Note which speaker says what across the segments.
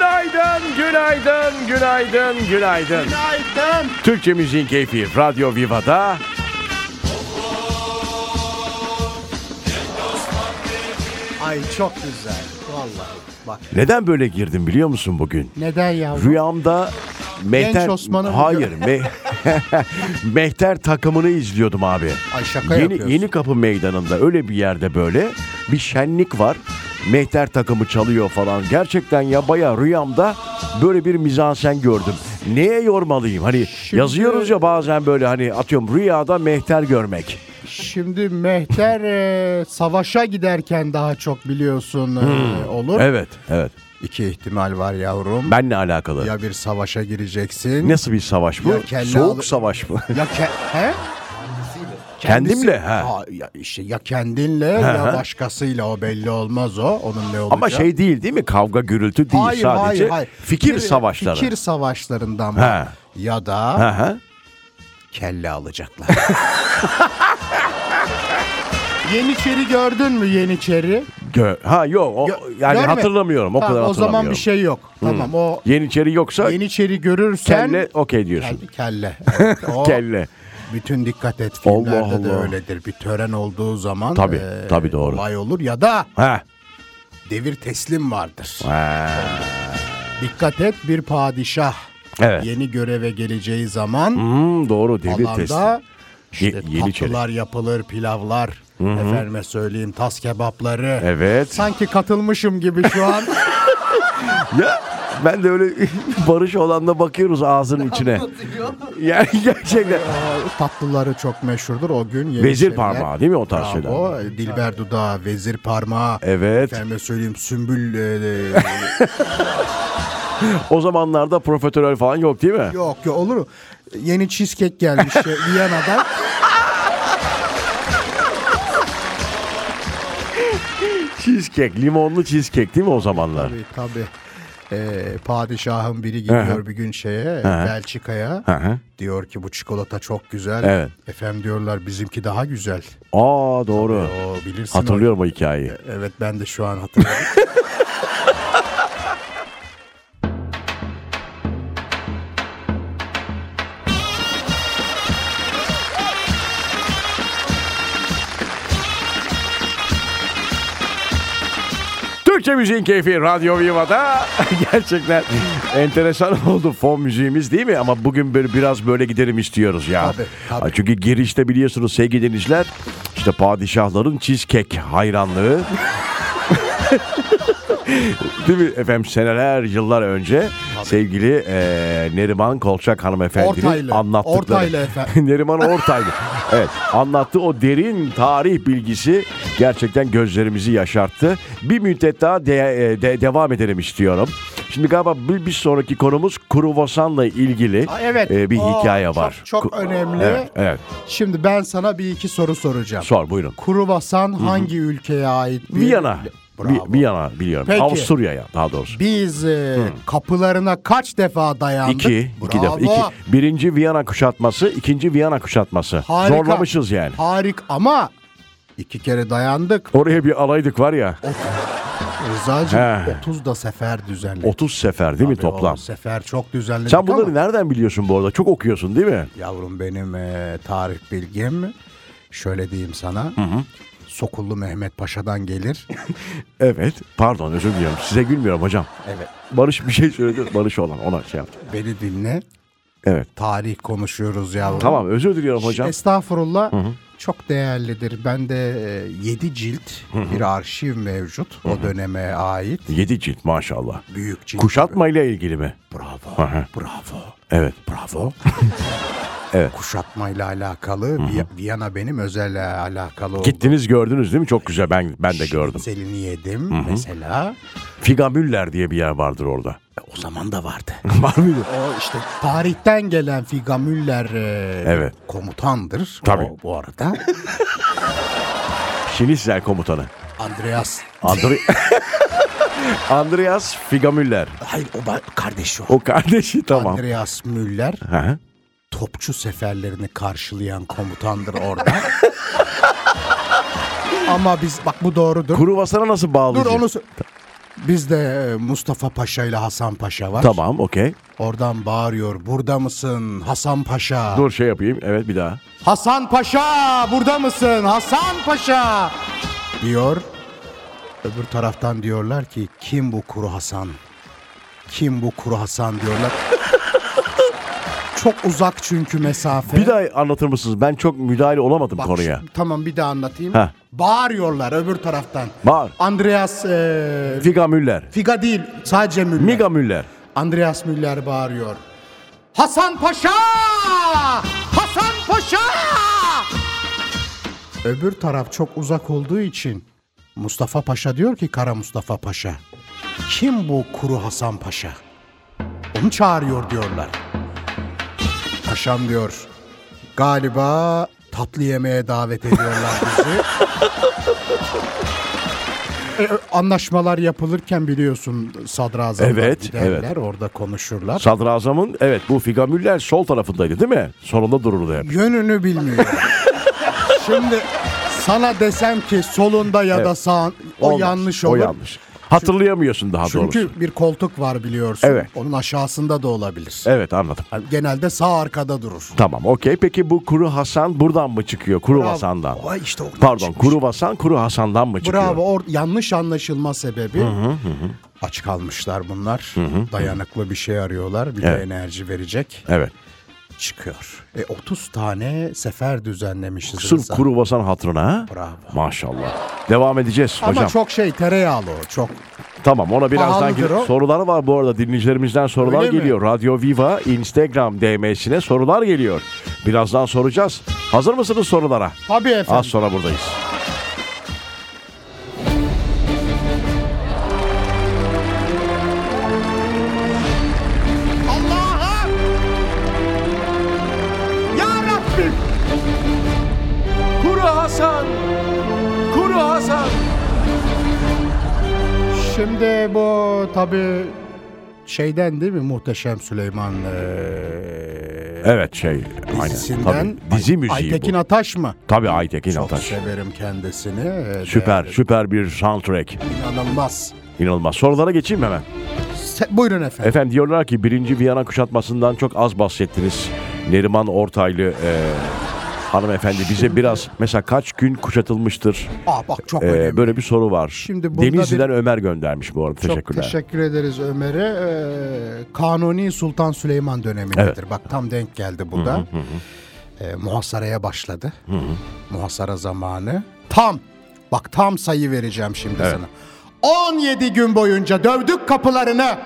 Speaker 1: Günaydın, günaydın, günaydın, günaydın.
Speaker 2: Günaydın.
Speaker 1: Türkçe Müziğin Keyfi Radyo Viva'da
Speaker 2: Ay çok güzel. Vallahi bak.
Speaker 1: neden böyle girdim biliyor musun bugün?
Speaker 2: Neden yavrum?
Speaker 1: Rüyamda Mehter
Speaker 2: Osman'ı mı
Speaker 1: Hayır. Me- Mehter takımını izliyordum abi.
Speaker 2: Ay şaka yapıyorsun.
Speaker 1: Yeni, yeni Kapı Meydanı'nda öyle bir yerde böyle bir şenlik var. Mehter takımı çalıyor falan. Gerçekten ya bayağı rüyamda böyle bir mizansen gördüm. Neye yormalıyım? Hani yazıyoruz ya bazen böyle hani atıyorum rüyada mehter görmek.
Speaker 2: Şimdi Mehter e, savaşa giderken daha çok biliyorsun e, olur.
Speaker 1: Hmm. Evet, evet.
Speaker 2: İki ihtimal var yavrum.
Speaker 1: Benle alakalı.
Speaker 2: Ya bir savaşa gireceksin.
Speaker 1: Nasıl bir savaş bu?
Speaker 2: Ya kelle
Speaker 1: Soğuk
Speaker 2: alı-
Speaker 1: savaş mı?
Speaker 2: Ya ke- he?
Speaker 1: Kendimle, ha.
Speaker 2: ya işte ya kendinle ya başkasıyla o belli olmaz o. Onun ne olacağı.
Speaker 1: Ama şey değil değil mi? Kavga gürültü değil
Speaker 2: Hayır,
Speaker 1: sadece.
Speaker 2: hayır, hayır.
Speaker 1: Fikir
Speaker 2: Bir-
Speaker 1: savaşları.
Speaker 2: Fikir savaşlarından mı?
Speaker 1: He.
Speaker 2: Ya da
Speaker 1: Hı hı.
Speaker 2: kelle alacaklar. Yeniçeri gördün mü Yeniçeri?
Speaker 1: Gö- ha yok o,
Speaker 2: Gö-
Speaker 1: yani
Speaker 2: görme-
Speaker 1: hatırlamıyorum o
Speaker 2: Tamam,
Speaker 1: kadar
Speaker 2: O zaman
Speaker 1: hatırlamıyorum.
Speaker 2: bir şey yok. Tamam o
Speaker 1: Yeniçeri yoksa
Speaker 2: Yeniçeri görürsen
Speaker 1: kelle okey diyorsun.
Speaker 2: Kel- kelle. Evet, o-
Speaker 1: Kelle.
Speaker 2: Bütün dikkat et filmlerde
Speaker 1: Allah
Speaker 2: de
Speaker 1: Allah.
Speaker 2: öyledir. Bir tören olduğu zaman e,
Speaker 1: Tabii, tabii doğru.
Speaker 2: olay olur ya da
Speaker 1: Ha.
Speaker 2: devir teslim vardır.
Speaker 1: ha.
Speaker 2: Dikkat et bir padişah
Speaker 1: Evet.
Speaker 2: yeni göreve geleceği zaman
Speaker 1: Hmm, doğru devir testi.
Speaker 2: alanda işte
Speaker 1: Ye- Yeniçeri.
Speaker 2: tatlılar yapılır, pilavlar, efendime söyleyeyim tas kebapları.
Speaker 1: Evet.
Speaker 2: Sanki katılmışım gibi şu an.
Speaker 1: Ya ben de öyle barış olanla bakıyoruz ağzının içine. yani gerçekten.
Speaker 2: Tatlıları çok meşhurdur o gün. Yeniçeriler-
Speaker 1: Vezir parmağı değil mi o tarz şeyler?
Speaker 2: Bravo. Dilber dudağı, vezir parmağı.
Speaker 1: Evet.
Speaker 2: Efendime söyleyeyim sümbül e,
Speaker 1: O zamanlarda profiterol falan yok değil mi?
Speaker 2: e, yok ya olur mu? Yeni cheesecake gelmiş e, Viyana'dan.
Speaker 1: Cheesecake, limonlu cheesecake değil mi o zamanlar?
Speaker 2: Tabii E, tabii. Ee, padişahın biri gidiyor bir gün şeye Belçika'ya.
Speaker 1: hı.
Speaker 2: Diyor ki bu çikolata çok güzel.
Speaker 1: Evet.
Speaker 2: Efendim diyorlar bizimki daha güzel.
Speaker 1: Aa doğru.
Speaker 2: O bilirsin.
Speaker 1: Hatırlıyorum o hikayeyi.
Speaker 2: o- Evet ben de şu an hatırlıyorum.
Speaker 1: Türkçe Müziğin Keyfi Radyo Viva'da gerçekten enteresan oldu fon müziğimiz değil mi? Ama bugün böyle biraz böyle gidelim istiyoruz ya.
Speaker 2: Tabii, tabii.
Speaker 1: Çünkü girişte biliyorsunuz sevgili dinleyiciler işte padişahların cheesecake hayranlığı. değil mi efendim seneler yıllar önce sevgili eee, Neriman Kolçak hanımefendinin
Speaker 2: Ortaylı.
Speaker 1: anlattıkları.
Speaker 2: Ortaylı efendim.
Speaker 1: Neriman Ortaylı. Evet anlattığı o derin tarih bilgisi gerçekten gözlerimizi yaşarttı. Bir müddet daha de- e, de- devam edelim istiyorum. Şimdi galiba bir, bir sonraki konumuz kruvasanla ilgili
Speaker 2: Aa, evet.
Speaker 1: e, bir
Speaker 2: Oo,
Speaker 1: hikaye
Speaker 2: çok-
Speaker 1: var.
Speaker 2: çok
Speaker 1: Ku-
Speaker 2: önemli.
Speaker 1: Evet, evet.
Speaker 2: Şimdi ben sana bir iki soru soracağım.
Speaker 1: Sor buyurun.
Speaker 2: Kruvasan hangi ülkeye ait? bir-
Speaker 1: Viyana.
Speaker 2: Bravo.
Speaker 1: Vi- Viyana biliyorum.
Speaker 2: Peki.
Speaker 1: Avusturya'ya daha doğrusu.
Speaker 2: Biz e, kapılarına kaç defa dayandık?
Speaker 1: İki, iki
Speaker 2: Bravo.
Speaker 1: defa. iki. Birinci Viyana kuşatması, ikinci Viyana kuşatması.
Speaker 2: Harika.
Speaker 1: Zorlamışız yani.
Speaker 2: Harik ama iki kere dayandık.
Speaker 1: Oraya bir alaydık var ya.
Speaker 2: Oh. Rıza'cığım
Speaker 1: He.
Speaker 2: 30 da sefer düzenledik.
Speaker 1: 30 sefer değil mi toplam?
Speaker 2: O sefer çok düzenledik
Speaker 1: Sen bunları
Speaker 2: ama
Speaker 1: nereden biliyorsun bu arada? Çok okuyorsun değil mi?
Speaker 2: yavrum benim e, tarih bilgim şöyle diyeyim sana. Sokullu Mehmet Paşa'dan gelir.
Speaker 1: Evet. Pardon özür diliyorum. Size gülmüyorum hocam.
Speaker 2: evet.
Speaker 1: Barış bir şey söyledi. Barış olan ona şey yaptı.
Speaker 2: Beni dinle.
Speaker 1: Evet.
Speaker 2: Tarih konuşuyoruz yavrum.
Speaker 1: Tamam özür diliyorum
Speaker 2: Şey,
Speaker 1: hocam.
Speaker 2: Estağfurullah. Çok değerlidir. Bende 7 cilt bir arşiv mevcut. O döneme ait.
Speaker 1: 7 cilt maşallah.
Speaker 2: Büyük cilt.
Speaker 1: Kuşatmayla ilgili mi?
Speaker 2: Bravo.
Speaker 1: Aha.
Speaker 2: Bravo.
Speaker 1: Evet.
Speaker 2: Bravo. Kuşatmayla alakalı. Vi- Viyana benim özel e, alakalı oldu.
Speaker 1: Gittiniz gördünüz değil mi? Çok güzel. Ben ben
Speaker 2: Şey,
Speaker 1: de gördüm.
Speaker 2: Şinitzelini yedim mesela.
Speaker 1: Figamüller diye bir yer vardır orada.
Speaker 2: E, O zaman da vardı.
Speaker 1: Var mıydı?
Speaker 2: o işte tarihten gelen Figamüller e,
Speaker 1: Evet.
Speaker 2: komutandır.
Speaker 1: Tabii.
Speaker 2: O, bu arada.
Speaker 1: Şinitzel komutanı.
Speaker 2: Andreas.
Speaker 1: Andre... Andreas Figamüller.
Speaker 2: Hayır o ba- kardeşi o.
Speaker 1: O kardeşi tamam.
Speaker 2: Andreas Müller
Speaker 1: Hı hı.
Speaker 2: topçu seferlerini karşılayan komutandır orada. Ama biz bak bu doğrudur.
Speaker 1: Kuru vasana nasıl
Speaker 2: Dur
Speaker 1: bağlayacağız?
Speaker 2: onu sö- Bizde e, Mustafa Paşa ile Hasan Paşa var.
Speaker 1: Tamam okey.
Speaker 2: Oradan bağırıyor. Burada mısın Hasan Paşa?
Speaker 1: Dur şey yapayım. Evet bir daha.
Speaker 2: Hasan Paşa burada mısın Hasan Paşa? Diyor. Öbür taraftan diyorlar ki kim bu kuru Hasan? Kim bu kuru Hasan diyorlar. Çok uzak çünkü mesafe.
Speaker 1: Bir daha anlatır mısınız? Ben çok müdahale olamadım
Speaker 2: Bak,
Speaker 1: konuya.
Speaker 2: şu- Tamam bir daha anlatayım.
Speaker 1: Heh.
Speaker 2: Bağırıyorlar öbür taraftan.
Speaker 1: Bağır.
Speaker 2: Andreas e,
Speaker 1: Figa Müller.
Speaker 2: Figa değil sadece Müller.
Speaker 1: Miga Müller.
Speaker 2: Andreas Müller bağırıyor. Hasan Paşa! Hasan Paşa! Öbür taraf çok uzak olduğu için Mustafa Paşa diyor ki Kara Mustafa Paşa. Kim bu kuru Hasan Paşa? Onu çağırıyor diyorlar. Paşam diyor. Galiba tatlı yemeğe davet ediyorlar bizi. E, Anlaşmalar yapılırken biliyorsun sadrazamlar
Speaker 1: Evet,
Speaker 2: giderler
Speaker 1: evet.
Speaker 2: orada konuşurlar.
Speaker 1: Sadrazamın evet bu Figa Müller sol tarafındaydı değil mi? Sonunda dururdu hep.
Speaker 2: yönünü bilmiyor. Şimdi sana desem ki solunda ya da sağın o
Speaker 1: Olmaz,
Speaker 2: yanlış olur.
Speaker 1: O yanlış. Hatırlayamıyorsun daha
Speaker 2: Çünkü
Speaker 1: doğrusu.
Speaker 2: bir koltuk var biliyorsun.
Speaker 1: Evet.
Speaker 2: Onun aşağısında da olabilir.
Speaker 1: Evet anladım.
Speaker 2: Genelde sağ arkada durur.
Speaker 1: Tamam okey. Peki bu Kuru Hasan buradan mı çıkıyor? Kuru Hasan'dan.
Speaker 2: Vay işte oradan
Speaker 1: Pardon
Speaker 2: çıkmış.
Speaker 1: Kuru Hasan Kuru Hasan'dan mı çıkıyor?
Speaker 2: Bravo. Or- yanlış anlaşılma sebebi aç kalmışlar bunlar. Dayanıklı bir şey arıyorlar. Bir de
Speaker 1: Evet.
Speaker 2: enerji verecek.
Speaker 1: Evet.
Speaker 2: Çıkıyor. E 30 tane sefer düzenlemişiz.
Speaker 1: Sırf
Speaker 2: Rıza.
Speaker 1: Kuru Hasan hatırına. ha?
Speaker 2: Bravo.
Speaker 1: Maşallah. Devam edeceğiz
Speaker 2: Ama
Speaker 1: hocam.
Speaker 2: çok şey tereyağlı o. Çok
Speaker 1: Tamam ona birazdan
Speaker 2: Pahalıdır
Speaker 1: gir-
Speaker 2: o.
Speaker 1: sorular var bu arada dinleyicilerimizden sorular
Speaker 2: Öyle mi?
Speaker 1: geliyor. Radyo Viva Instagram DM'sine sorular geliyor. Birazdan soracağız. Hazır mısınız sorulara?
Speaker 2: Tabii efendim.
Speaker 1: Az sonra buradayız.
Speaker 2: Allah'ım! Ya Rabbim!
Speaker 1: Kuru Hasan! Kuru Hasan!
Speaker 2: Şimdi bu tabi şeyden değil mi Muhteşem Süleyman eee
Speaker 1: Evet şey. Aynen.
Speaker 2: dizisinden
Speaker 1: Tabii, dizi
Speaker 2: Ay-
Speaker 1: müziği
Speaker 2: Aytekin
Speaker 1: bu.
Speaker 2: Ataş mı?
Speaker 1: Tabii Aytekin Ataş.
Speaker 2: Çok severim kendisini. Ee,
Speaker 1: Süper, süper bir soundtrack.
Speaker 2: İnanılmaz.
Speaker 1: İnanılmaz. Sorulara geçeyim mi hemen.
Speaker 2: Se- buyurun efendim.
Speaker 1: Efendim diyorlar ki birinci Viyana kuşatmasından çok az bahsettiniz. Neriman Ortaylı e, hanımefendi bize biraz mesela kaç gün kuşatılmıştır
Speaker 2: Aa Ah, bak çok
Speaker 1: E,
Speaker 2: önemli.
Speaker 1: böyle bir soru var.
Speaker 2: Şimdi bunda
Speaker 1: Denizli'den Ömer göndermiş bu arada.
Speaker 2: Çok
Speaker 1: Teşekkürler.
Speaker 2: teşekkür ederiz Ömer'e. Ee, Kanuni Sultan Süleyman dönemindedir.
Speaker 1: Evet.
Speaker 2: Bak tam denk geldi bu da. Ee, muhasaraya başladı. Muhasara zamanı. Tam. Bak tam sayı vereceğim şimdi sana. 17 gün boyunca dövdük kapılarını.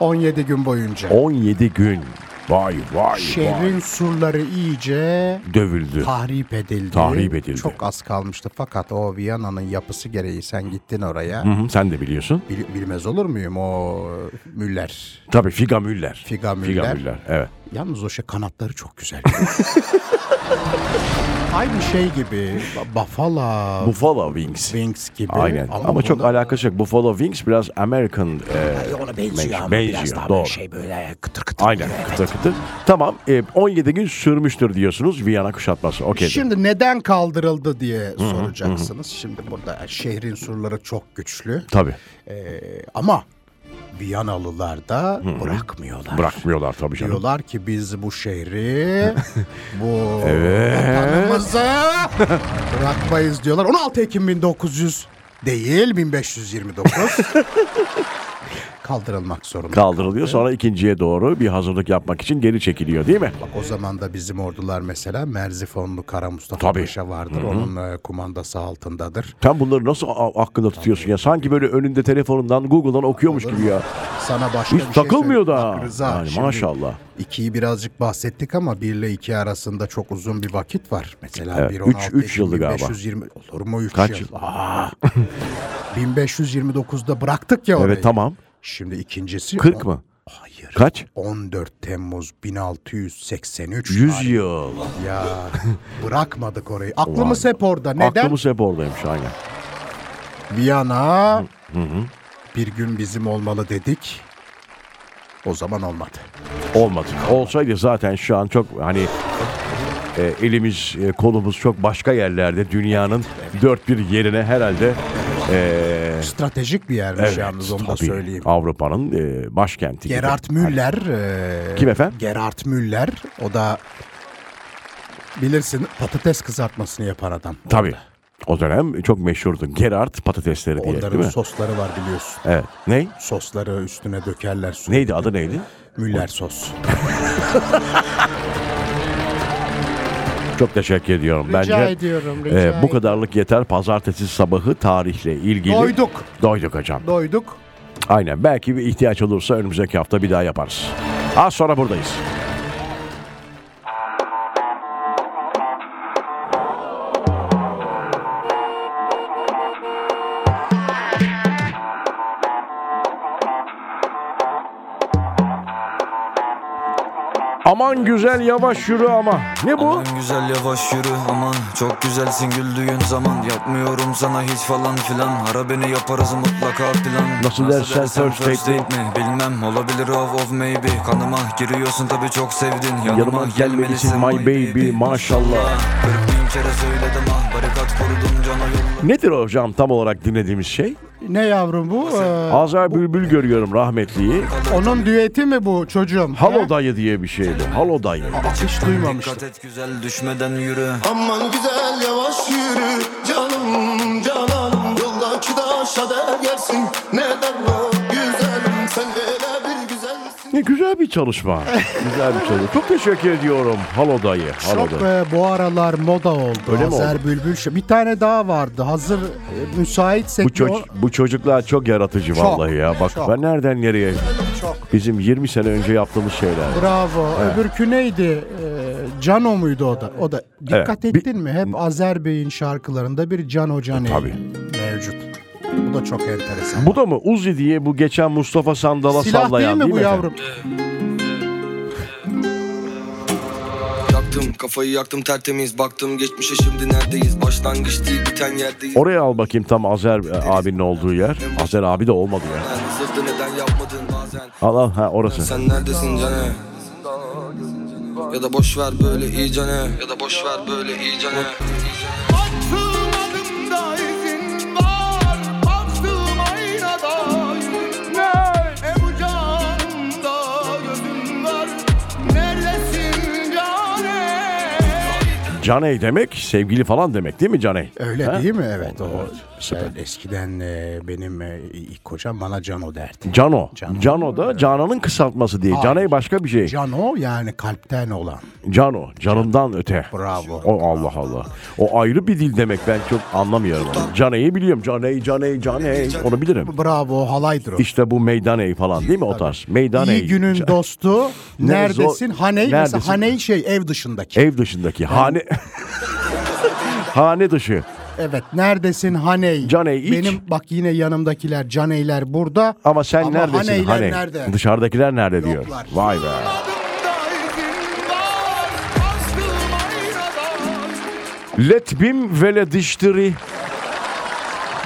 Speaker 2: 17 gün boyunca.
Speaker 1: 17 gün. Vay vay Oh, vay.
Speaker 2: Şehrin surları iyice
Speaker 1: Dövüldü.
Speaker 2: tahrip edildi.
Speaker 1: Tahrip edildi.
Speaker 2: Çok az kalmıştı fakat o Viyana'nın yapısı gereği sen gittin oraya.
Speaker 1: Hı hı, sen de biliyorsun.
Speaker 2: Bil- bilmez olur muyum o Müller
Speaker 1: Tabii Figa Müller.
Speaker 2: Figa Müller.
Speaker 1: Figa Müller. Evet.
Speaker 2: Yalnız o şey kanatları çok güzel. Aynı şey gibi ba- Buffalo
Speaker 1: Buffalo Wings.
Speaker 2: Wings gibi.
Speaker 1: Aynen. Ama, çok
Speaker 2: bunda-
Speaker 1: alakası yok. Buffalo Wings biraz American e,
Speaker 2: ona benziyor
Speaker 1: Benziyor,
Speaker 2: ama
Speaker 1: benziyor,
Speaker 2: biraz daha
Speaker 1: doğru.
Speaker 2: böyle şey böyle kıtır kıtır.
Speaker 1: Aynen
Speaker 2: gibi,
Speaker 1: kıtır kıtır. Tamam e, 17 gün sürmüştür diyorsunuz Viyana kuşatması. Okey.
Speaker 2: Şimdi neden kaldırıldı diye soracaksınız. Şimdi burada şehrin surları çok güçlü
Speaker 1: Tabii
Speaker 2: Ee, ama Viyanalılar da bırakmıyorlar.
Speaker 1: bırakmıyorlar tabii canım.
Speaker 2: Diyorlar ki biz bu şehri, bu vatanımızı bırakmayız diyorlar. 16 Ekim 1900 değil 1529 kaldırılmak zorunda.
Speaker 1: Kaldırılıyor sonra ikinciye doğru bir hazırlık yapmak için geri çekiliyor değil mi?
Speaker 2: o zaman da bizim ordular mesela Merzifonlu Kara Mustafa
Speaker 1: Tabii.
Speaker 2: Paşa vardır. Onun e, kumandası altındadır.
Speaker 1: Sen bunları nasıl a- aklında tutuyorsun ya? Sanki böyle önünde telefonundan Google'dan okuyormuş gibi ya.
Speaker 2: Sana başka
Speaker 1: Hiç
Speaker 2: bir
Speaker 1: takılmıyor
Speaker 2: şey
Speaker 1: da.
Speaker 2: söyleyeyim. Bak Rıza,
Speaker 1: Yani
Speaker 2: şimdi
Speaker 1: maşallah.
Speaker 2: İkiyi birazcık bahsettik ama 1 ile 2 arasında çok uzun bir vakit var. Mesela
Speaker 1: Evet,
Speaker 2: 1
Speaker 1: üç-
Speaker 2: 16
Speaker 1: üç yıldı galiba.
Speaker 2: 1520 olur mu 3
Speaker 1: Kaç yıl?
Speaker 2: Aa, 1529'da bıraktık ya orayı.
Speaker 1: Evet tamam.
Speaker 2: Şimdi ikincisi
Speaker 1: 40
Speaker 2: on-
Speaker 1: mı?
Speaker 2: Hayır.
Speaker 1: Kaç?
Speaker 2: 14 Temmuz 1683.
Speaker 1: 100
Speaker 2: tarih.
Speaker 1: yıl.
Speaker 2: Ya bırakmadık orayı. Aklımız
Speaker 1: Vay.
Speaker 2: hep orada. Neden?
Speaker 1: Aklımız hep oradaymış aynen.
Speaker 2: Viyana bir gün bizim olmalı dedik. O zaman olmadı.
Speaker 1: Olmadı. Olsaydı zaten şu an çok hani e, elimiz e, kolumuz çok başka yerlerde dünyanın dört bir yerine herhalde e,
Speaker 2: Çok stratejik bir yermiş yalnız onu da
Speaker 1: tabii.
Speaker 2: söyleyeyim.
Speaker 1: Avrupa'nın e, başkenti. gibi.
Speaker 2: Gerhard Müller. eee,
Speaker 1: Kim efendim?
Speaker 2: Gerhard Müller. O da bilirsin patates kızartmasını yapan adam.
Speaker 1: Tabii. O dönem çok meşhurdu. Gerard patatesleri diye
Speaker 2: Onların
Speaker 1: değil mi?
Speaker 2: sosları var biliyorsun.
Speaker 1: Evet. Ne?
Speaker 2: Sosları üstüne dökerler. sürekli.
Speaker 1: Neydi adı neydi?
Speaker 2: Müller sos.
Speaker 1: Çok teşekkür ediyorum.
Speaker 3: Rica
Speaker 1: Bence
Speaker 3: ediyorum.
Speaker 1: e,
Speaker 3: Rica
Speaker 1: bu kadarlık yeter. Pazartesi sabahı tarihle ilgili.
Speaker 2: Doyduk.
Speaker 1: Doyduk hocam.
Speaker 2: Doyduk.
Speaker 1: Aynen. Belki bir ihtiyaç olursa önümüzdeki hafta bir daha yaparız. Az sonra buradayız. Aman güzel yavaş yürü ama. Ne bu?
Speaker 4: Aman güzel yavaş yürü aman Çok güzelsin güldüğün zaman Yapmıyorum sana hiç falan filan Ara beni yaparız mutlaka plan
Speaker 1: Nasıl dersen first date
Speaker 4: date mi Bilmem olabilir of of maybe Kanıma giriyorsun tabi çok sevdin Yanıma,
Speaker 1: Yanıma gelmelisin my baby maşallah.
Speaker 4: Kırk bin kere söyledim ah Barikat kurdum cana yolla
Speaker 1: Nedir hocam tam olarak dinlediğimiz şey?
Speaker 2: Ne yavrum bu? Eee,
Speaker 1: Azar Bülbül görüyorum rahmetliyi.
Speaker 2: onun düeti mi bu çocuğum?
Speaker 1: Halo dayı diye bir şeydi. Halo dayı.
Speaker 2: Hiç duymamıştım.
Speaker 4: Dikkat et güzel düşmeden yürü
Speaker 5: Aman güzel yavaş yürü canım cananım Yoldaki taşa değersin neden o güzelim Sen öyle bir güzelsin
Speaker 1: Ne güzel bir çalışma. güzel bir çalışma. Çok teşekkür ediyorum. Halo dayı. Halo
Speaker 2: Çok
Speaker 1: dayı.
Speaker 2: e, bu aralar moda oldu.
Speaker 1: Öyle mi
Speaker 2: Azer
Speaker 1: oldu?
Speaker 2: Bülbül Şen- Bir tane daha vardı. Hazır e, müsaitsek
Speaker 1: Bu, çocuk, bu çocuklar çok yaratıcı vallahi ya. Bak
Speaker 2: çok.
Speaker 1: ben nereden nereye? Bizim 20 sene önce yaptığımız şeyler.
Speaker 2: Bravo. Öbürkü neydi? E, Cano muydu o da? O da dikkat
Speaker 1: Evet, bir- E,
Speaker 2: ettin mi? Hep Azer Bey'in şarkılarında bir Cano Cani
Speaker 1: Tabii.
Speaker 2: mevcut. Bu da çok enteresan.
Speaker 1: Bu da mı? Uzi diye bu geçen Mustafa Sandal'a
Speaker 2: Silah
Speaker 1: sallayan
Speaker 2: değil mi bu
Speaker 1: efendim?
Speaker 2: yavrum?
Speaker 6: Yaktım kafayı yaktım tertemiz Baktım geçmişe şimdi neredeyiz Başlangıç değil biten yerdeyiz
Speaker 1: Oraya al bakayım tam Azer e, abinin olduğu yer. Azer abi de olmadı ya.
Speaker 6: Yani Sırtı neden yapmadın bazen
Speaker 1: Al al ha orası.
Speaker 6: Sen neredesin canı Ya da boş ver böyle iyi canı Ya da boş ver böyle iyi canı
Speaker 5: Adımda izin var baktığım aynada yüzün var Ebu canımda gözüm var neredesin cane
Speaker 1: Caney demek sevgili falan demek değil mi Caney?
Speaker 2: Öyle
Speaker 1: Ha?
Speaker 2: değil mi? Evet. O,
Speaker 1: süper.
Speaker 2: Evet, eskiden e, benim e, ilk kocam bana Cano derdi.
Speaker 1: Cano.
Speaker 2: Cano.
Speaker 1: Cano da Canan'ın kısaltması değil.
Speaker 2: Hayır.
Speaker 1: Caney başka bir şey.
Speaker 2: Cano yani kalpten olan.
Speaker 1: Cano, canımdan öte.
Speaker 2: Bravo.
Speaker 1: O Allah Allah. O ayrı bir dil demek ben çok anlamıyorum. onu. Caney'i biliyorum. Caney, Caney, Caney. Onu bilirim.
Speaker 2: Bravo halaydır o.
Speaker 1: İşte bu meydaney falan değil mi o tarz? Meydaney.
Speaker 2: İyi günün
Speaker 1: Ca-
Speaker 2: dostu.
Speaker 1: Ne
Speaker 2: Neredesin?
Speaker 1: zor-
Speaker 2: Haney
Speaker 1: Neredesin?
Speaker 2: mesela Haney şey ev dışındaki.
Speaker 1: Ev dışındaki hane... hane dışı.
Speaker 2: evet. Neredesin Haney?
Speaker 1: Caney iç.
Speaker 2: Benim bak yine yanımdakiler Caneyler burada.
Speaker 1: Ama sen neredesin?
Speaker 2: Haneyler
Speaker 1: Haney.
Speaker 2: hani nerede?
Speaker 1: Dışarıdakiler nerede diyor.
Speaker 2: Yoklar.
Speaker 1: Vay be. Let bim vele diştiri.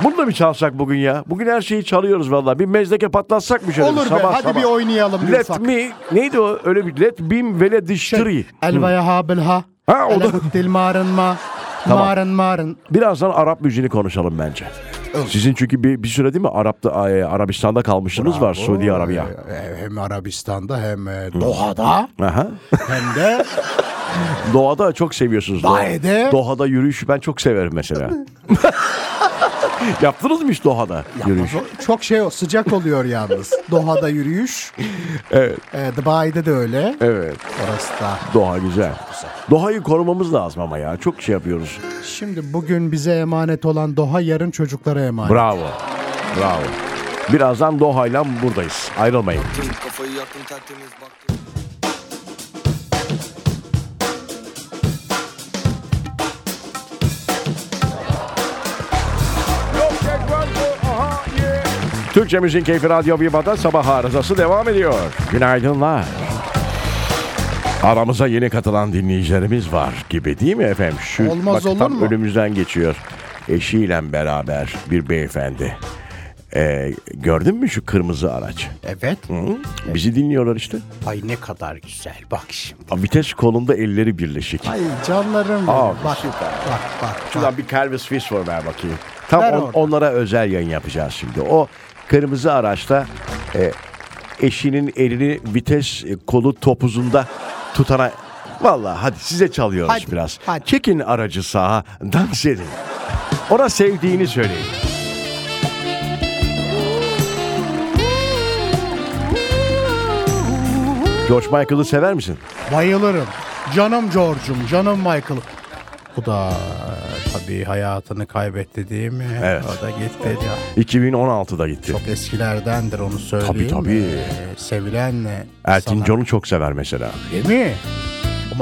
Speaker 1: Bunu da mı çalsak bugün ya? Bugün her şeyi çalıyoruz vallahi. Bir mezdeke patlatsak mı şöyle?
Speaker 2: Olur be.
Speaker 1: sabah,
Speaker 2: hadi
Speaker 1: sabah.
Speaker 2: bir oynayalım
Speaker 1: Let
Speaker 2: Gülfak.
Speaker 1: me neydi o öyle bir let bim vele
Speaker 2: Şey-
Speaker 1: diştiri.
Speaker 2: Elvaya ha bilha.
Speaker 1: Ha, o da-
Speaker 2: Dil marın ma.
Speaker 1: Tamam.
Speaker 2: Marın marın.
Speaker 1: Birazdan Arap müziğini konuşalım bence. Sizin çünkü bir, bir süre değil mi Arap'ta e, Arabistan'da kalmışlığınız var Suudi Arabiya.
Speaker 2: Ee, Hem Arabistan'da hem e, Doha'da
Speaker 1: Aha.
Speaker 2: hem de
Speaker 1: Doğada çok seviyorsunuz. Doğa-
Speaker 2: Dae'de-
Speaker 1: Doha'da yürüyüşü ben çok severim mesela. Yaptınız mı hiç Doha'da yürüyüş?
Speaker 2: çok şey o, sıcak oluyor yalnız. Doha'da yürüyüş. Evet. Dubai'de de öyle.
Speaker 1: Evet.
Speaker 2: Orası da.
Speaker 1: Doha güzel. Doha'yı korumamız lazım ama ya. Çok şey yapıyoruz.
Speaker 2: Şimdi bugün bize emanet olan Doha yarın çocuklara emanet.
Speaker 1: Bravo. Bravo. Birazdan Doha'yla buradayız. Ayrılmayın.
Speaker 6: Yaktım kafayı yaktım tertemiz baktım
Speaker 1: Türkçemizin keyfi Radyo Viva'da sabah arızası devam ediyor. Günaydınlar. Aramıza yeni katılan dinleyicilerimiz var gibi değil mi efendim? Şu,
Speaker 2: Olmaz
Speaker 1: bak,
Speaker 2: olur
Speaker 1: tam
Speaker 2: mu?
Speaker 1: önümüzden geçiyor. Eşiyle beraber bir beyefendi. Ee, gördün mü şu kırmızı araç?
Speaker 2: Evet.
Speaker 1: Hı? Bizi dinliyorlar işte.
Speaker 2: Ay ne kadar güzel. Bak şimdi.
Speaker 1: Aa, Vites kolunda elleri birleşik.
Speaker 2: Ay canlarım. benim.
Speaker 1: Abi,
Speaker 2: bak,
Speaker 1: süper.
Speaker 2: bak bak bak.
Speaker 1: Şuradan bir Calvis Whisper ver bakayım. Tam
Speaker 2: Ver
Speaker 1: on-
Speaker 2: orada.
Speaker 1: onlara özel yayın yapacağız şimdi. O kırmızı araçta e, eşinin elini vites e, kolu topuzunda tutana... Vallahi hadi size çalıyoruz
Speaker 2: Hadi,
Speaker 1: biraz.
Speaker 2: hadi.
Speaker 1: Çekin aracı sağa, dans edin. Ona sevdiğini söyleyin. George Michael'ı sever misin?
Speaker 2: Bayılırım. Canım George'um, canım Michael. Bu da e, tabii hayatını kaybetti değil mi?
Speaker 1: Evet.
Speaker 2: O da gitti. Ya.
Speaker 1: 2016'da gitti.
Speaker 2: Çok eskilerdendir onu söyleyeyim.
Speaker 1: Tabii, tabii. Er-
Speaker 2: Ee, sevilen ne?
Speaker 1: Ertin
Speaker 2: Sana-
Speaker 1: John'u çok sever mesela.
Speaker 2: Değil mi?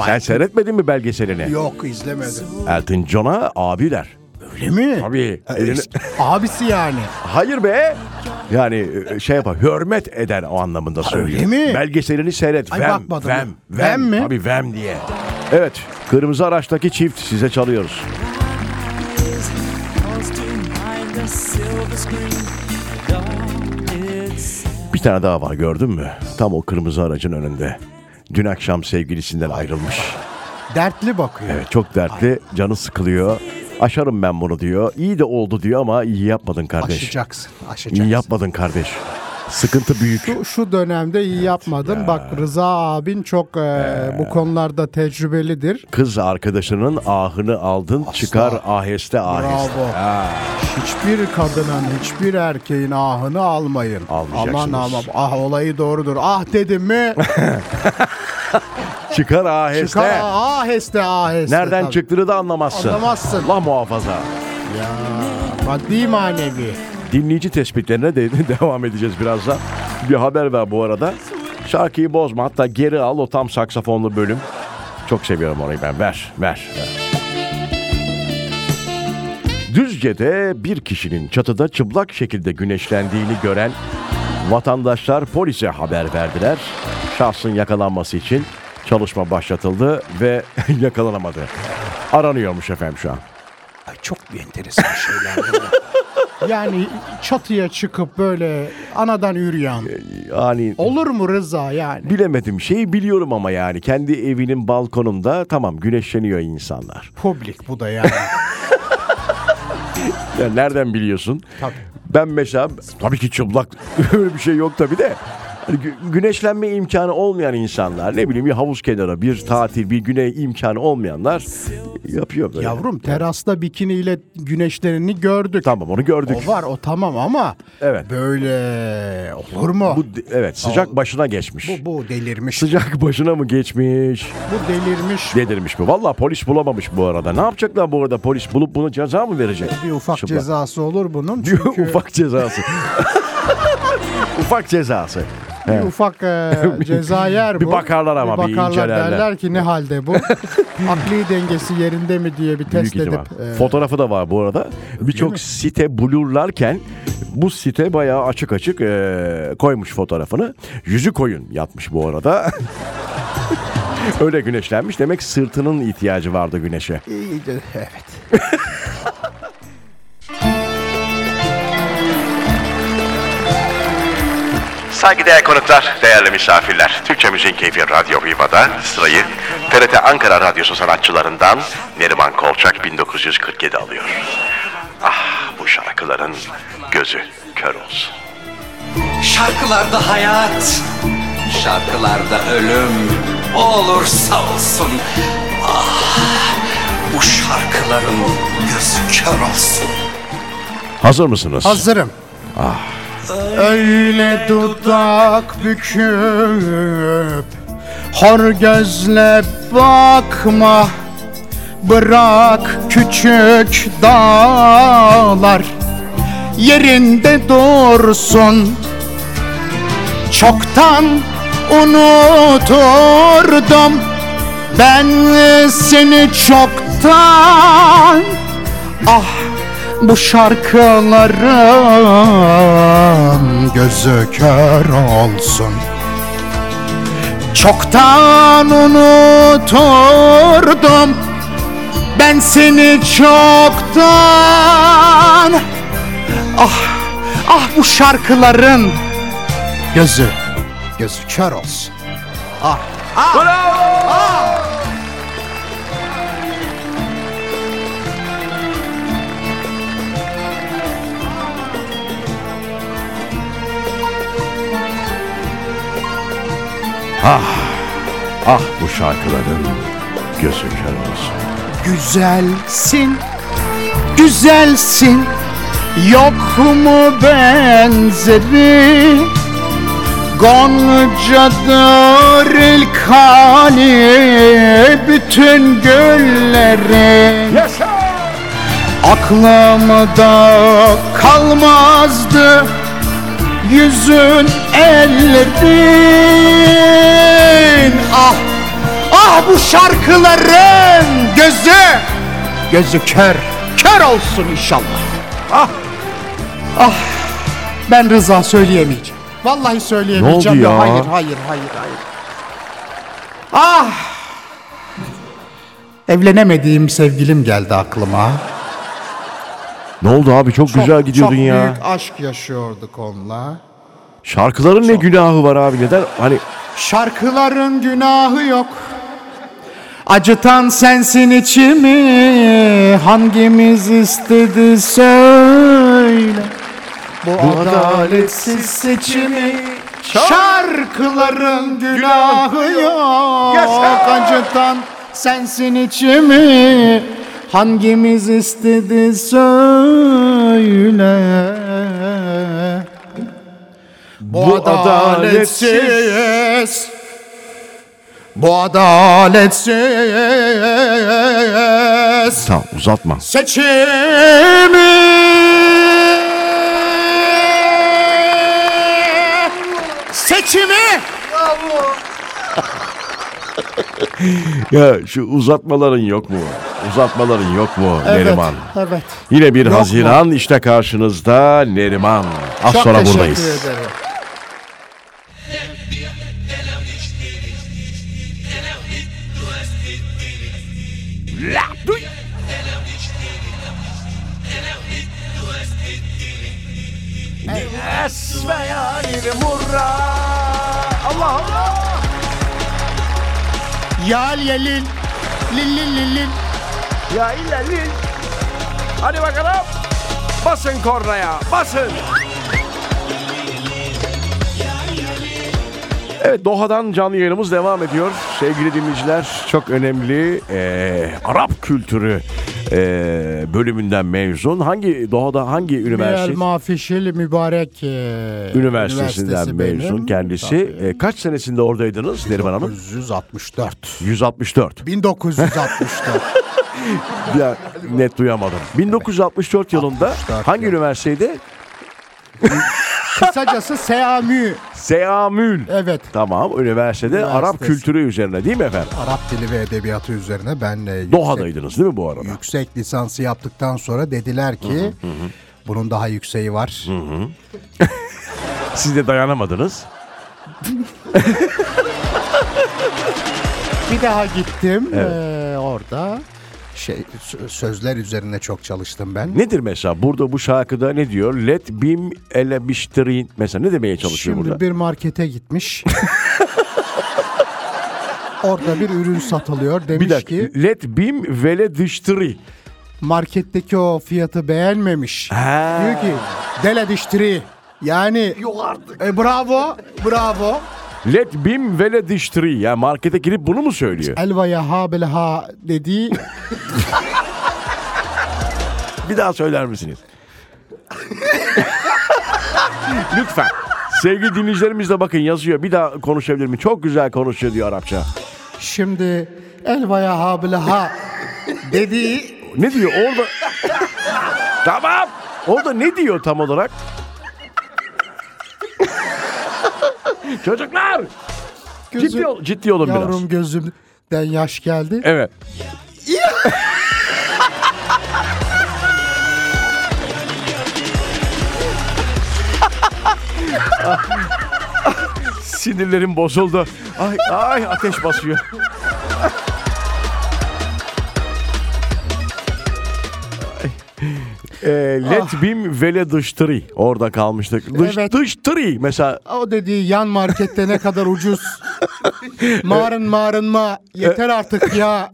Speaker 1: Sen seyretmedin mi belgeselini?
Speaker 2: Yok izlemedim.
Speaker 1: Elton John'a abi der.
Speaker 2: Öyle mi?
Speaker 1: Tabii. Elini-
Speaker 2: Abisi yani.
Speaker 1: Hayır be. Yani e, şey yapar, hürmet eder o anlamında söylüyor.
Speaker 2: öyle mi?
Speaker 1: Belgeselini seyret.
Speaker 2: Ay,
Speaker 1: vem,
Speaker 2: bakmadım.
Speaker 1: vem, vem,
Speaker 2: Vem mi?
Speaker 1: Tabii vem diye. Evet, kırmızı araçtaki çift size çalıyoruz. Bir tane daha var gördün mü? Tam o kırmızı aracın önünde. Dün akşam sevgilisinden ayrılmış.
Speaker 2: Dertli bakıyor.
Speaker 1: Evet çok dertli, canı sıkılıyor. Aşarım ben bunu diyor. İyi de oldu diyor ama iyi yapmadın kardeş.
Speaker 2: Aşacaksın. Aşacaksın.
Speaker 1: İyi yapmadın kardeş. Sıkıntı büyük.
Speaker 3: Şu- şu dönemde iyi yapmadım. Bak Rıza abin çok e, bu konularda tecrübelidir.
Speaker 1: Kız arkadaşının ahını aldın çıkar aheste aheste.
Speaker 2: Bravo. Hiçbir kadının, hiçbir erkeğin ahını almayın.
Speaker 1: Almayacaksınız.
Speaker 2: Aman aman. Ah olayı doğrudur. Ah dedim mi?
Speaker 1: Çıkar aheste.
Speaker 2: Çıkar ah aheste aheste.
Speaker 1: Nereden
Speaker 2: tabii.
Speaker 1: çıktığını da anlamazsın.
Speaker 2: Anlamazsın.
Speaker 1: Allah muhafaza.
Speaker 2: Maddi manevi.
Speaker 1: Dinleyici tespitlerine de devam edeceğiz birazdan. Bir haber ver bu arada. Şarkıyı bozma hatta geri al o tam saksafonlu bölüm. Çok seviyorum orayı ben. Ver, ver. ver. Düzce'de bir kişinin çatıda çıplak şekilde güneşlendiğini gören vatandaşlar polise haber verdiler. Şahsın yakalanması için çalışma başlatıldı ve yakalanamadı. Aranıyormuş efendim şu an.
Speaker 2: Ay çok bir enteresan şeyler bunlar.
Speaker 3: Yani çatıya çıkıp böyle anadan yürüyen.
Speaker 1: Ee, Yani
Speaker 3: Olur mu Rıza yani?
Speaker 1: Bilemedim şeyi biliyorum ama yani kendi evinin balkonunda tamam güneşleniyor insanlar.
Speaker 2: Public bu da yani.
Speaker 1: Ya nereden biliyorsun?
Speaker 2: Tabii.
Speaker 1: Ben mesela tabii ki çıplak öyle bir şey yok tabii de. Hani gü- güneşlenme imkanı olmayan insanlar ne bileyim bir havuz kenarı bir tatil bir güney imkanı olmayanlar yapıyor böyle.
Speaker 2: Yavrum terasta bikiniyle güneşlerini gördük.
Speaker 1: Tamam onu gördük.
Speaker 2: O var o tamam ama
Speaker 1: Evet.
Speaker 2: böyle olur mu? Bu,
Speaker 1: Bu de- evet sıcak başına geçmiş.
Speaker 2: bu, delirmiş.
Speaker 1: Sıcak başına mı geçmiş?
Speaker 2: Bu delirmiş.
Speaker 1: Dedirmiş bu. Vallahi polis bulamamış bu arada. Ne yapacaklar bu arada? Polis bulup buna ceza mı verecek?
Speaker 3: Bir ufak
Speaker 1: Çıplak.
Speaker 3: cezası olur bunun.
Speaker 1: Diyor,
Speaker 3: Çünkü
Speaker 1: ufak cezası. ufak cezası.
Speaker 3: bir ufak e, ceza yer
Speaker 1: Bir
Speaker 3: bu.
Speaker 1: bakarlar ama, bir
Speaker 3: bakarlar,
Speaker 1: incelerler.
Speaker 3: derler ki ne halde bu? Akli dengesi yerinde mi diye bir
Speaker 1: Büyük
Speaker 3: test
Speaker 1: ihtimal.
Speaker 3: edip. e,
Speaker 1: Fotoğrafı da var bu arada. Birçok site blurlarken bu site bayağı açık açık eee, koymuş fotoğrafını. Yüzü koyun yapmış bu arada. Öyle güneşlenmiş. Demek sırtının ihtiyacı vardı güneşe.
Speaker 2: Evet.
Speaker 7: Saygıdeğer konuklar, değerli misafirler. Türkçe Müziğin Keyfi Radyo Viva'da sırayı TRT Ankara Radyosu sanatçılarından Neriman Kolçak 1947 alıyor. Ah bu şarkıların gözü kör olsun.
Speaker 8: Şarkılarda hayat, şarkılarda ölüm olursa olsun. Ah, bu şarkıların gözü kör olsun.
Speaker 1: Hazır mısınız?
Speaker 2: Hazırım. Öyle dudak büküp Hor gözle bakma Bırak küçük dağlar Yerinde dursun Çoktan unuturdum Ben seni çoktan Ah bu şarkıların gözü kör olsun Çoktan unuturdum Ben seni çoktan Ah Ah bu şarkıların gözü, gözü kör olsun. Ah, ah, ah.
Speaker 1: Ah bu şarkıların gözü kör olsun.
Speaker 2: Güzelsin, güzelsin. Yok mu benzeri? Goncadır ilk hali bütün gülleri. Aklımda kalmazdı yüzün ellerin Ah ah bu şarkıların gözü Gözü kör kör olsun inşallah Ah ah ben Rıza söyleyemeyeceğim Vallahi söyleyemeyeceğim
Speaker 1: Ne oldu ya?
Speaker 2: Hayır hayır hayır hayır Ah Evlenemediğim sevgilim geldi aklıma.
Speaker 1: Ne oldu abi çok, güzel gidiyordun
Speaker 3: çok
Speaker 1: ya.
Speaker 3: büyük aşk yaşıyorduk onunla.
Speaker 1: Şarkıların ne günahı var abi neden? Hani
Speaker 2: Şarkıların günahı yok Acıtan sensin içimi Hangimiz istedi söyle Bu, adaletsiz seçimi Şarkıların günahı yok Acıtan sensin içimi Hangimiz istedi söyle bu adaletsiz. Bu adaletsiz.
Speaker 1: tamam uzatma.
Speaker 2: Seçimi. Seçimi.
Speaker 1: Ya şu uzatmaların yok mu? Uzatmaların yok mu Neriman?
Speaker 3: Evet.
Speaker 1: Yine bir
Speaker 3: Yok mu?
Speaker 1: Haziran işte karşınızda Neriman. Az
Speaker 3: Çok
Speaker 1: sonra
Speaker 3: teşekkür
Speaker 1: buradayız.
Speaker 3: ederim.
Speaker 2: Yal yelin. Lil lil lil lil.
Speaker 9: Ya ilerleyin. Hadi bakalım. Basın kornaya. Basın.
Speaker 1: Evet Doha'dan canlı yayınımız devam ediyor. Sevgili dinleyiciler çok önemli eee, Arap kültürü eee, bölümünden mezun. Hangi Doha'da hangi
Speaker 3: Meral
Speaker 1: üniversite?
Speaker 3: Mafişil Mübarek e,
Speaker 1: Üniversitesinden
Speaker 3: Üniversitesi benim.
Speaker 1: mezun kendisi. Eee, kaç senesinde oradaydınız Neriman Hanım?
Speaker 2: 164.
Speaker 1: 164.
Speaker 2: 1964.
Speaker 1: Ya, net duyamadım. 1964 yılında hangi üniversiteydi?
Speaker 3: Kısacası SAMÜ.
Speaker 1: Seamül.
Speaker 3: Evet.
Speaker 1: Tamam üniversitede Arap
Speaker 2: Üniversitesi.
Speaker 1: kültürü üzerine değil mi efendim?
Speaker 2: Arap dili ve edebiyatı üzerine ben e,
Speaker 1: Doha'daydınız değil mi bu arada?
Speaker 2: yüksek lisansı yaptıktan sonra dediler ki bunun daha yükseği var.
Speaker 1: Siz de dayanamadınız.
Speaker 3: Bir daha gittim e, orada.
Speaker 2: Şey sö- sözler üzerine çok çalıştım ben.
Speaker 1: Nedir mesela burada bu şarkıda ne diyor? Let bim elemiştirin. Mesela ne demeye çalışıyor
Speaker 3: Şimdi
Speaker 1: burada?
Speaker 3: bir markete gitmiş. orada bir ürün satılıyor. Demiş
Speaker 1: Bir şey- dakika.
Speaker 3: ki
Speaker 1: Let bim vele dıştırı.
Speaker 3: marketteki o fiyatı beğenmemiş. Diyor ki dele diştiri. Yani E, bravo, bravo.
Speaker 1: Let bim vele dıştırı. Ya markete girip bunu mu söylüyor?
Speaker 3: Elvaya ha bele ha dediği
Speaker 1: Bir daha söyler misiniz? Lütfen. Sevgili dinleyicilerimiz de bakın yazıyor. Bir daha konuşabilir mi? Çok güzel konuşuyor diyor Arapça.
Speaker 3: şimdi elvaya ha bele ha dediği
Speaker 1: Ne diyor orada? tamam. Orada ne diyor tam olarak? Çocuklar
Speaker 3: gözüm,
Speaker 1: ciddi, ol, ciddi olun biraz.
Speaker 3: yavrum gözümden yaş geldi.
Speaker 1: Evet. Sinirlerim bozuldu. Ay ay ateş basıyor. Ay. Ee, let bim vele dıştırı. Orada kalmıştık. Dış,
Speaker 2: Evet.
Speaker 1: Dıştırı. Mesela
Speaker 2: O dediği yan markette ne kadar ucuz. Marın marın ma. Yeter artık ya.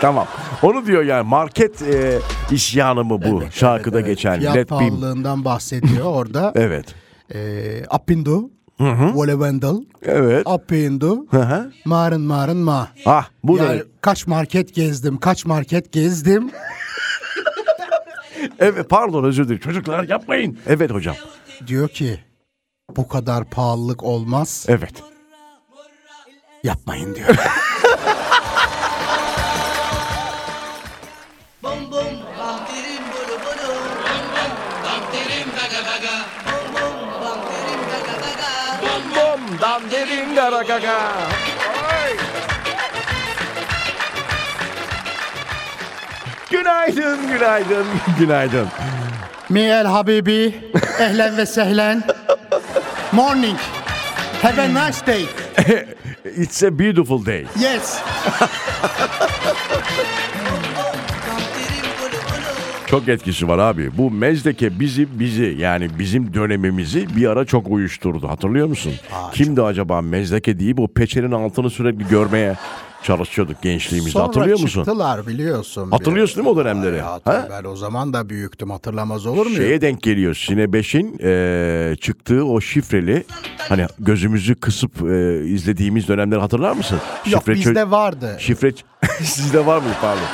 Speaker 1: tamam. Onu diyor yani market e, isyanı mı bu şarkıda geçen
Speaker 2: Fiyat
Speaker 1: let bim.
Speaker 2: pahalılığından bahsediyor orada.
Speaker 1: Evet.
Speaker 2: Ee, Apindu. Wole Wendel.
Speaker 1: Evet.
Speaker 2: Apindu.
Speaker 1: Hı hı.
Speaker 2: Marın marın ma.
Speaker 1: Ah bu da
Speaker 2: Yani kaç market gezdim, kaç market gezdim.
Speaker 1: evet pardon özür dilerim çocuklar yapmayın. Evet hocam.
Speaker 2: Diyor ki bu kadar pahalılık olmaz.
Speaker 1: Evet.
Speaker 2: Yapmayın diyor.
Speaker 9: Bom dam derin gara gaga.
Speaker 1: Günaydın günaydın günaydın.
Speaker 2: Miel Habibi, ehlen ve sehlen. Morning. Have a nice day. E,
Speaker 1: It's a beautiful day.
Speaker 2: Yes.
Speaker 1: Çok etkisi var abi. Bu mezdeke bizi bizi yani bizim dönemimizi bir ara çok uyuşturdu. Hatırlıyor musun? Kimdi acaba mezdeke deyip o peçenin altını sürekli görmeye çalışıyorduk gençliğimizde.
Speaker 2: Sonra
Speaker 1: Hatırlıyor musun?
Speaker 2: çıktılar biliyorsun.
Speaker 1: Hatırlıyorsun değil mi o dönemleri?
Speaker 2: Ya,
Speaker 1: Ha?
Speaker 2: hatır- ben o zaman da büyüktüm hatırlamaz olur muyum?
Speaker 1: Şeye denk geliyor. Sine 5'in eee, çıktığı o şifreli hani gözümüzü kısıp eee, izlediğimiz dönemleri hatırlar mısın?
Speaker 2: Yok
Speaker 1: Şifre çö-
Speaker 2: bizde vardı.
Speaker 1: Şifre ç- sizde var mı pardon?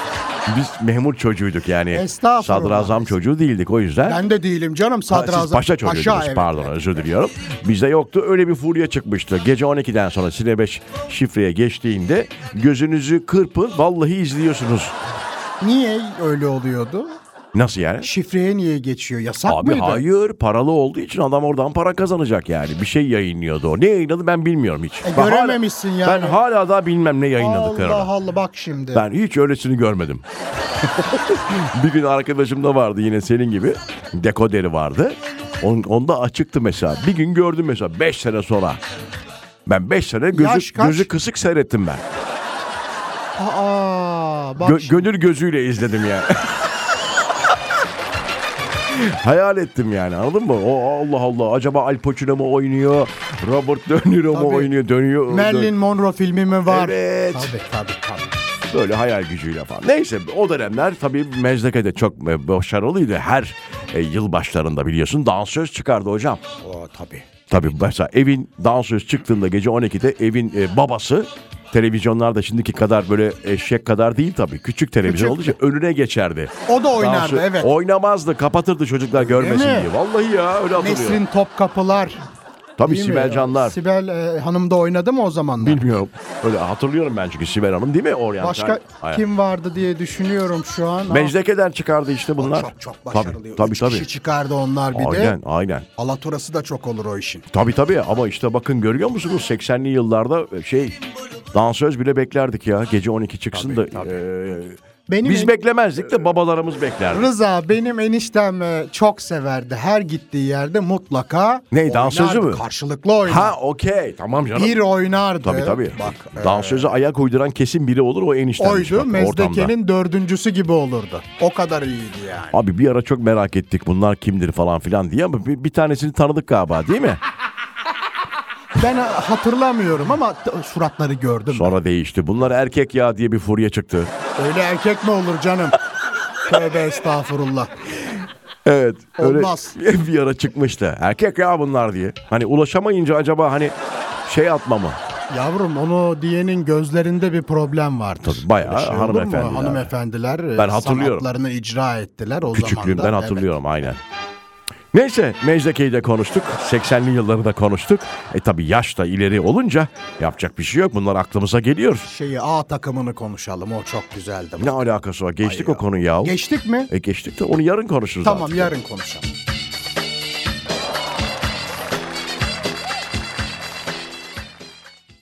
Speaker 1: Biz memur çocuğuyduk yani.
Speaker 2: Estağfurullah.
Speaker 1: Sadrazam çocuğu değildik o yüzden.
Speaker 2: Ben de değilim canım
Speaker 1: Ha,
Speaker 2: sadrazam.
Speaker 1: Siz paşa çocuğuydunuz
Speaker 2: evet.
Speaker 1: pardon özür diliyorum. Bizde yoktu öyle bir furya çıkmıştı. Gece 12'den sonra Sine 5 şifreye geçtiğinde gözünüzü kırpın vallahi izliyorsunuz.
Speaker 2: Niye öyle oluyordu?
Speaker 1: Nasıl yani?
Speaker 2: Şifreye niye geçiyor? Yasak
Speaker 1: Abi
Speaker 2: mıydı?
Speaker 1: hayır paralı olduğu için adam oradan para kazanacak yani. Bir şey yayınlıyordu o. Ne yayınladı ben bilmiyorum hiç.
Speaker 2: E,
Speaker 1: Ben hala-
Speaker 2: görememişsin yani.
Speaker 1: Ben hala daha bilmem ne yayınladıklarını.
Speaker 2: Allah Allah bak şimdi.
Speaker 1: Ben hiç öylesini görmedim. bir gün arkadaşım da vardı yine senin gibi. Dekoderi vardı. On- onda açıktı mesela. Bir gün gördüm mesela 5 sene sonra. Ben 5 sene
Speaker 2: Yaş
Speaker 1: gözü,
Speaker 2: kaç?
Speaker 1: gözü kısık seyrettim ben.
Speaker 2: Aa bak
Speaker 1: Gö-
Speaker 2: şimdi.
Speaker 1: gönül gözüyle izledim yani. Hayal ettim yani anladın mı? O Allah Allah acaba Al Pacino mu oynuyor? Robert De Niro mu
Speaker 2: Tabii.
Speaker 1: oynuyor? Dönüyor.
Speaker 2: Marilyn
Speaker 1: dön-
Speaker 2: Monroe filmi mi var?
Speaker 1: Evet.
Speaker 2: Tabii tabii tabii.
Speaker 1: Böyle hayal gücüyle falan. Neyse o dönemler tabii Mezdeke'de çok e, başarılıydı. Her e, yıl başlarında biliyorsun dansöz çıkardı hocam.
Speaker 2: O tabii.
Speaker 1: Tabii mesela evin dansöz çıktığında gece 12'de evin e, babası televizyonlarda şimdiki kadar böyle eşek kadar değil tabii. Küçük televizyon olduğu için önüne geçerdi.
Speaker 2: O da oynardı
Speaker 1: Dansöz-
Speaker 2: evet.
Speaker 1: Oynamazdı kapatırdı çocuklar görmesin
Speaker 2: mi?
Speaker 1: diye. Vallahi ya öyle hatırlıyorum.
Speaker 2: Nesrin Topkapılar.
Speaker 1: Tabii
Speaker 2: değil mi?
Speaker 1: Sibel Canlar.
Speaker 2: Sibel e, Hanım da oynadı mı o zamanlar?
Speaker 1: Bilmiyorum. Öyle hatırlıyorum ben çünkü Sibel Hanım değil mi? Oryantal.
Speaker 2: Başka
Speaker 1: Ay-
Speaker 2: kim vardı diye düşünüyorum şu an.
Speaker 1: Mezdeke'den çıkardı işte bunlar.
Speaker 2: Çok çok başarılıydı.
Speaker 1: Tabii
Speaker 2: Üç
Speaker 1: tabii.
Speaker 2: kişi
Speaker 1: tabii.
Speaker 2: çıkardı onlar bir
Speaker 1: Aynen
Speaker 2: de.
Speaker 1: aynen.
Speaker 2: Alaturası da çok olur o işin.
Speaker 1: Tabii tabii ama işte bakın görüyor musunuz 80'li yıllarda şey dansöz bile beklerdik ya. Gece 12 çıksın da. eee,
Speaker 2: Benim
Speaker 1: biz
Speaker 2: en-
Speaker 1: beklemezdik de babalarımız beklerdi.
Speaker 2: Rıza benim eniştem e, çok severdi. Her gittiği yerde mutlaka
Speaker 1: Ney, dansözü
Speaker 2: oynardı.
Speaker 1: mü?
Speaker 2: Karşılıklı oynar.
Speaker 1: Ha okey tamam canım.
Speaker 2: bir oynardı.
Speaker 1: Tabii tabii.
Speaker 2: Bak e,
Speaker 1: Dansöze ayak uyduran kesin biri olur o eniştenmiş.
Speaker 2: oydu.
Speaker 1: bak, ortamda.
Speaker 2: Mezdeke'nin dördüncüsü gibi olurdu. O kadar iyiydi yani.
Speaker 1: Abi bir ara çok merak ettik bunlar kimdir falan filan diye ama bir, bir tanesini tanıdık galiba değil mi?
Speaker 2: Ben e, hatırlamıyorum ama t- suratları gördüm.
Speaker 1: Sonra değişti. Bunlar erkek ya diye bir furya çıktı.
Speaker 2: Öyle erkek mi olur canım? Tövbe estağfurullah.
Speaker 1: Evet.
Speaker 2: Olmaz.
Speaker 1: Öyle bir ara çıkmıştı. Erkek ya bunlar diye. Hani ulaşamayınca acaba hani şey atma mı?
Speaker 2: Yavrum onu diyenin gözlerinde bir problem vardır.
Speaker 1: Tabii, bayağı
Speaker 2: Öyle şey olur mu?
Speaker 1: hanımefendiler.
Speaker 2: Hanımefendiler e,
Speaker 1: Ben hatırlıyorum.
Speaker 2: sanatlarını icra ettiler o
Speaker 1: Küçüklüğümden
Speaker 2: zamanda.
Speaker 1: hatırlıyorum aynen. Neyse Mezdeke'yi de konuştuk. 80'li yılları da konuştuk. E tabi yaş da ileri olunca yapacak bir şey yok. Bunlar aklımıza geliyor.
Speaker 2: Evet, şeyi A takımını konuşalım o çok güzeldi.
Speaker 1: Ne alakası var? Geçtik o konuyu ya.
Speaker 2: Geçtik mi?
Speaker 1: e geçtik de onu yarın konuşuruz
Speaker 2: Tamam
Speaker 1: artık.
Speaker 2: yarın konuşalım.